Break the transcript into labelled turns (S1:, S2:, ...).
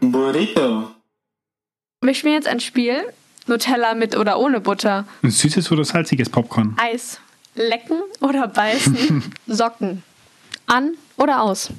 S1: Burrito.
S2: Wir spielen jetzt ein Spiel. Nutella mit oder ohne Butter.
S3: Ein süßes oder salziges Popcorn?
S2: Eis. Lecken oder beißen. Socken. An oder aus.